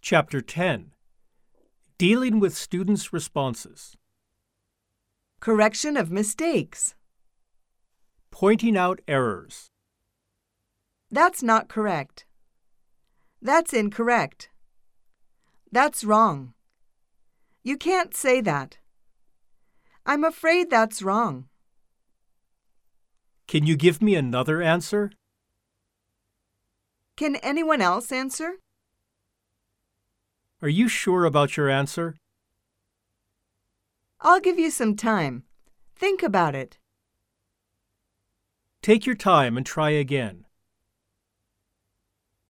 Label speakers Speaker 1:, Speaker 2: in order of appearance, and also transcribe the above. Speaker 1: Chapter 10 Dealing with Students' Responses
Speaker 2: Correction of mistakes.
Speaker 1: Pointing out errors.
Speaker 2: That's not correct. That's incorrect. That's wrong. You can't say that. I'm afraid that's wrong.
Speaker 1: Can you give me another answer?
Speaker 2: Can anyone else answer?
Speaker 1: Are you sure about your answer?
Speaker 2: I'll give you some time. Think about it.
Speaker 1: Take your time and try again.